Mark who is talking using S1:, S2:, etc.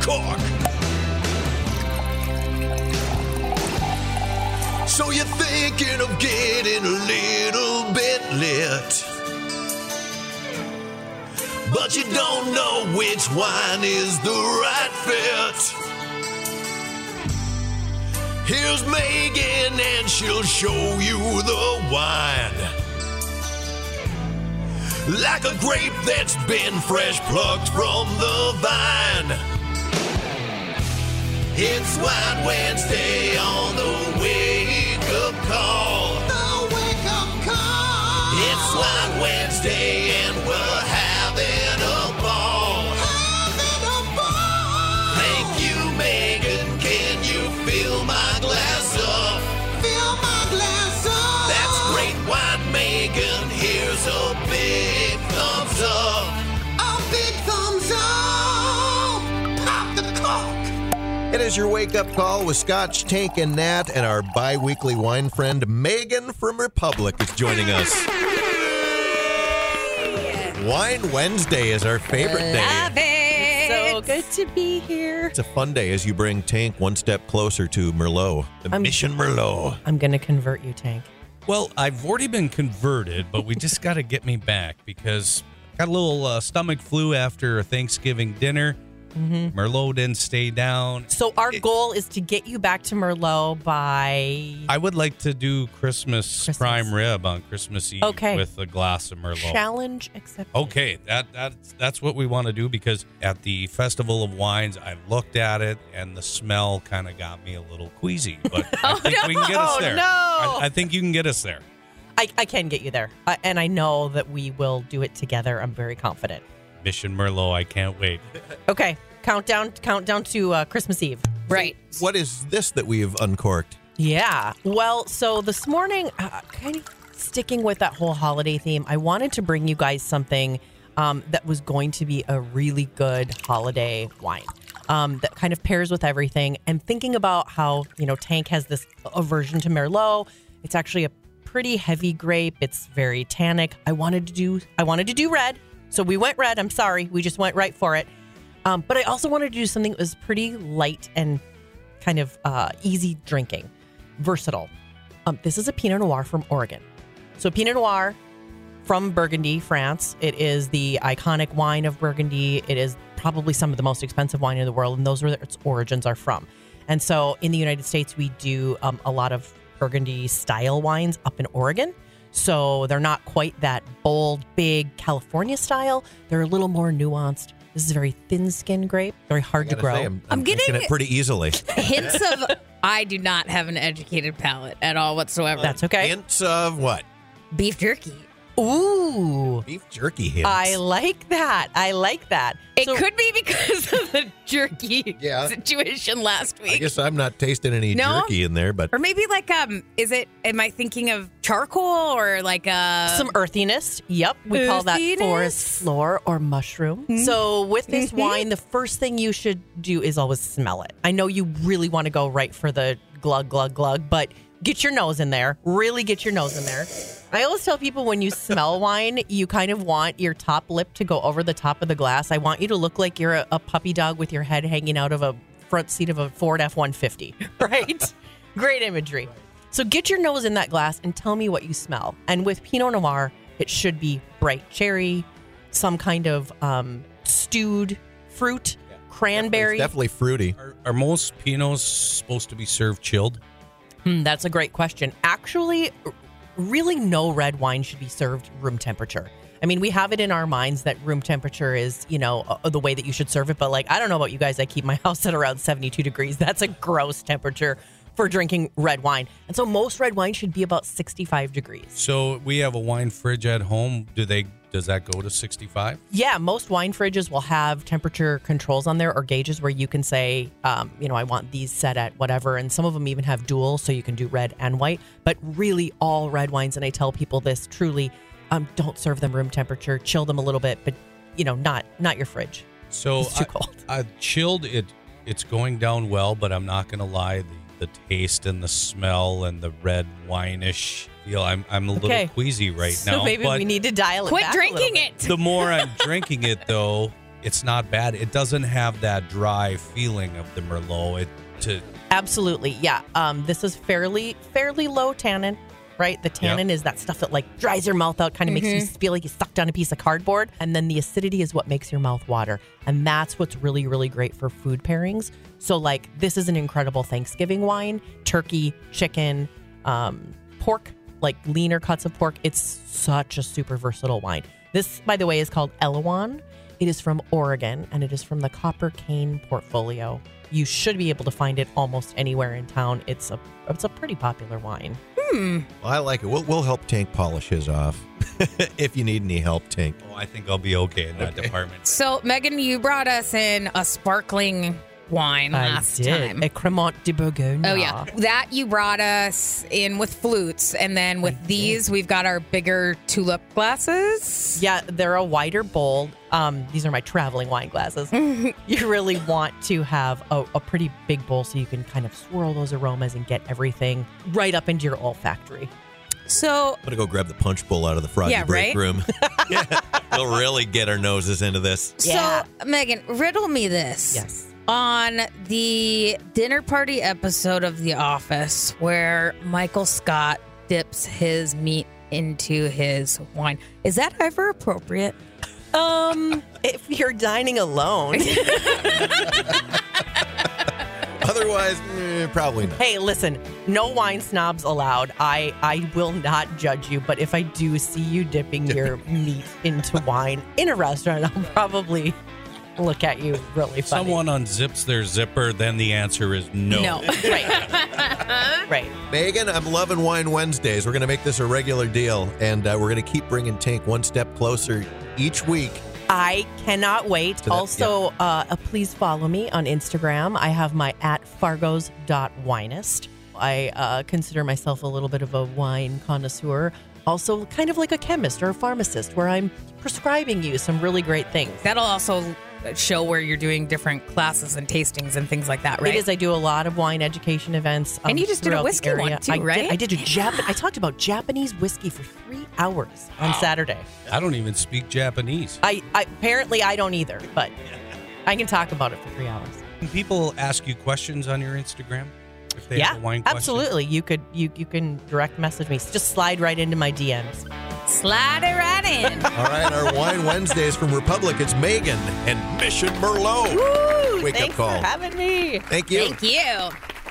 S1: Cork. So you're thinking of getting a little bit lit. But you don't know which wine is the right fit. Here's Megan, and she'll show you the wine like a grape that's been fresh plucked from the vine. It's Wine Wednesday on the Wake Up Call. The Wake Up Call. It's Wine Wednesday and we're having a ball. Having a ball. Thank you, Megan. Can you fill my glass up? Fill my glass up. That's great wine, Megan. Here's a big thumbs up. A big thumbs up. Pop the cork.
S2: It is your wake up call with Scotch, Tank, and Nat, and our bi weekly wine friend Megan from Republic is joining us. Wine Wednesday is our favorite day.
S3: Love it.
S4: So good to be here.
S2: It's a fun day as you bring Tank one step closer to Merlot, the
S4: I'm-
S2: Mission Merlot.
S4: I'm going to convert you, Tank.
S5: Well, I've already been converted, but we just got to get me back because I got a little uh, stomach flu after a Thanksgiving dinner. Merlot didn't stay down.
S4: So our goal is to get you back to Merlot by
S5: I would like to do Christmas,
S4: Christmas.
S5: prime rib on Christmas Eve
S4: Okay.
S5: with a glass of Merlot.
S4: challenge accepted.
S5: Okay, that that's that's what we want to do because at the Festival of Wines, I looked at it and the smell kind of got me a little queasy. But I think we can get us
S4: no,
S5: there.
S4: no.
S5: I, I think you can get us there.
S4: I, I can get you there, uh, and I know that we will do it together. I'm very confident.
S5: Mission Merlot, I can't wait.
S4: Okay, countdown, countdown to uh, Christmas Eve.
S3: Right.
S2: What is this that we have uncorked?
S4: Yeah. Well, so this morning, uh, kind of sticking with that whole holiday theme, I wanted to bring you guys something um, that was going to be a really good holiday wine um, that kind of pairs with everything. I'm thinking about how, you know, Tank has this aversion to Merlot. It's actually a pretty heavy grape, it's very tannic. I wanted to do, I wanted to do red. So we went red. I'm sorry. We just went right for it. Um, but I also wanted to do something that was pretty light and kind of uh, easy drinking, versatile. Um, this is a Pinot Noir from Oregon. So, Pinot Noir from Burgundy, France. It is the iconic wine of Burgundy. It is probably some of the most expensive wine in the world, and those are where its origins are from. And so, in the United States, we do um, a lot of Burgundy style wines up in Oregon. So, they're not quite that bold, big California style. They're a little more nuanced. This is a very thin skinned grape, very hard to
S2: Gotta
S4: grow.
S2: say, I'm,
S3: I'm
S2: I'm getting
S3: getting-
S2: it pretty easily.
S3: Hints of I do not have an educated palate at all whatsoever.
S4: That's okay.
S2: Hints of what?
S3: beef jerky.
S4: Ooh.
S2: Beef jerky hints.
S4: I like that. I like that.
S3: It
S4: So-
S3: could be because of the jerky
S2: Yeah.
S3: situation last
S2: I
S3: week.
S2: guess I'm not tasting any
S3: No?
S2: jerky in there, but
S3: Or maybe like um is it am I thinking of charcoal or like uh
S4: some earthiness. Yep, we call that
S3: Earthiness.
S4: forest floor or mushroom. So with this wine, the first thing you should do is always smell it. I know you really want to go right for the glug glug glug, but get your nose in there. Really get your nose in there. I always tell people when you smell wine, you kind of want your top lip to go over the top of the glass. I want you to look like you're a, a puppy dog with your head hanging out of a front seat of a Ford F 150, right? Great imagery. So get your nose in that glass and tell me what you smell. And with Pinot Noir, it should be bright cherry, some kind of um, stewed fruit, cranberry.
S2: it's definitely fruity.
S5: Are, are most pinots supposed to be served chilled?
S4: Hmm, that's a great question. Actually, r- really, no red wine should be served room temperature. I mean, we have it in our minds that room temperature is, you know, uh, the way that you should serve it. But like, I don't know about you guys. I keep my house at around 72 degrees. That's a gross temperature for drinking red wine. And so most red wine should be about 65 degrees.
S5: So we have a wine fridge at home. Do they? Does that go to sixty-five?
S4: Yeah, most wine fridges will have temperature controls on there or gauges where you can say, um, you know, I want these set at whatever. And some of them even have dual, so you can do red and white. But really, all red wines, and I tell people this truly, um, don't serve them room temperature. Chill them a little bit, but you know, not not your fridge.
S5: So
S4: It's too
S5: I-
S4: cold.
S5: I, chilled it. It's going down well, but I'm not gonna lie. The, the taste and the smell and the red wineish feel. I'm I'm a
S4: Okay.
S5: little queasy right
S4: so
S5: now.
S4: maybe
S5: but
S4: we need to dial it.
S3: quit
S4: back a little
S3: drinking
S4: bit.
S3: it?
S5: the more I'm drinking it, though, It's not bad. It doesn't have that dry feeling of the Merlot. It to
S4: Absolutely, yeah. Um, this is fairly fairly low tannin, right? The tannin is that stuff that like dries your mouth out, kind of makes you feel like you sucked on a piece of cardboard, and then the acidity is what makes your mouth water, and that's what's really really great for food pairings. So like this is an incredible Thanksgiving wine: turkey, chicken, um, pork, like leaner cuts of pork. It's such a super versatile wine. This, by the way, is called Elawan. It is from Oregon and it is from the Copper Cane portfolio. You should be able to find it almost anywhere in town. It's a it's a pretty popular wine.
S2: Well, I like it. We'll, we'll help Tank polish his off if you need any help, Tank.
S5: oh, I think I'll be okay in that department.
S3: So, Megan, you brought us in a sparkling wine last
S4: I did.
S3: time.
S4: A Cremant de Bourgogne.
S3: Oh yeah, that you brought us in with flutes, and then with these we've got our bigger tulip glasses.
S4: Yeah, they're a wider bowl. Um, these are my traveling wine glasses. you really want to have a, a pretty big bowl so you can kind of swirl those aromas and get everything right up into your olfactory.
S3: So
S2: I'm going to go grab the punch bowl out of the froggy
S3: Yeah,
S2: break
S3: right?
S2: room. yeah, we'll really get our noses into this.
S4: Yeah.
S3: So, Megan, riddle me this.
S4: Yes.
S3: On the dinner party episode of The Office, where Michael Scott dips his meat into his wine, is that ever appropriate?
S4: Um, if you're dining alone,
S2: Otherwise, eh, probably not.
S4: hey, listen, no wine snobs allowed. I I will not judge you, but if I do see you dipping your meat into wine in a restaurant, I'll probably look at you really
S5: If
S4: funny.
S5: someone unzips their zipper, then the answer is no.
S4: right, right.
S2: Megan, I'm loving Wine Wednesdays. We're going to make this a regular deal, and uh, we're going to keep bringing Tank one step closer each week.
S4: I cannot wait.
S2: that-
S4: also, uh, uh, please follow me on Instagram. I have my at fargos.winest. I uh, consider myself a little bit of a wine connoisseur, also kind of like a chemist or a pharmacist, where I'm prescribing you some really great things.
S3: That'll also show where you're doing different classes and tastings and things like that, Uh, right?
S4: It is. I do a lot of wine education events. um,
S3: And you just did a
S4: throughout the
S3: whiskey one
S4: area.
S3: too,
S4: I did-
S3: right?
S4: I did a Jap- I talked about Japanese whiskey for three hours on Saturday.
S5: I don't even speak Japanese.
S4: I, I apparently I don't either, but I can talk about it for three hours.
S5: Can people ask you questions on your Instagram if they
S4: yeah,
S5: have a wine question?
S4: absolutely. You could you you can direct message me. Just slide right into my DMs.
S3: Slide it right in.
S2: All right, our Wine Wednesdays from Republic, it's Megan and Mission Merlot. Wake up
S4: Thanks
S2: call.
S4: for having me.
S2: Thank you.
S3: Thank you.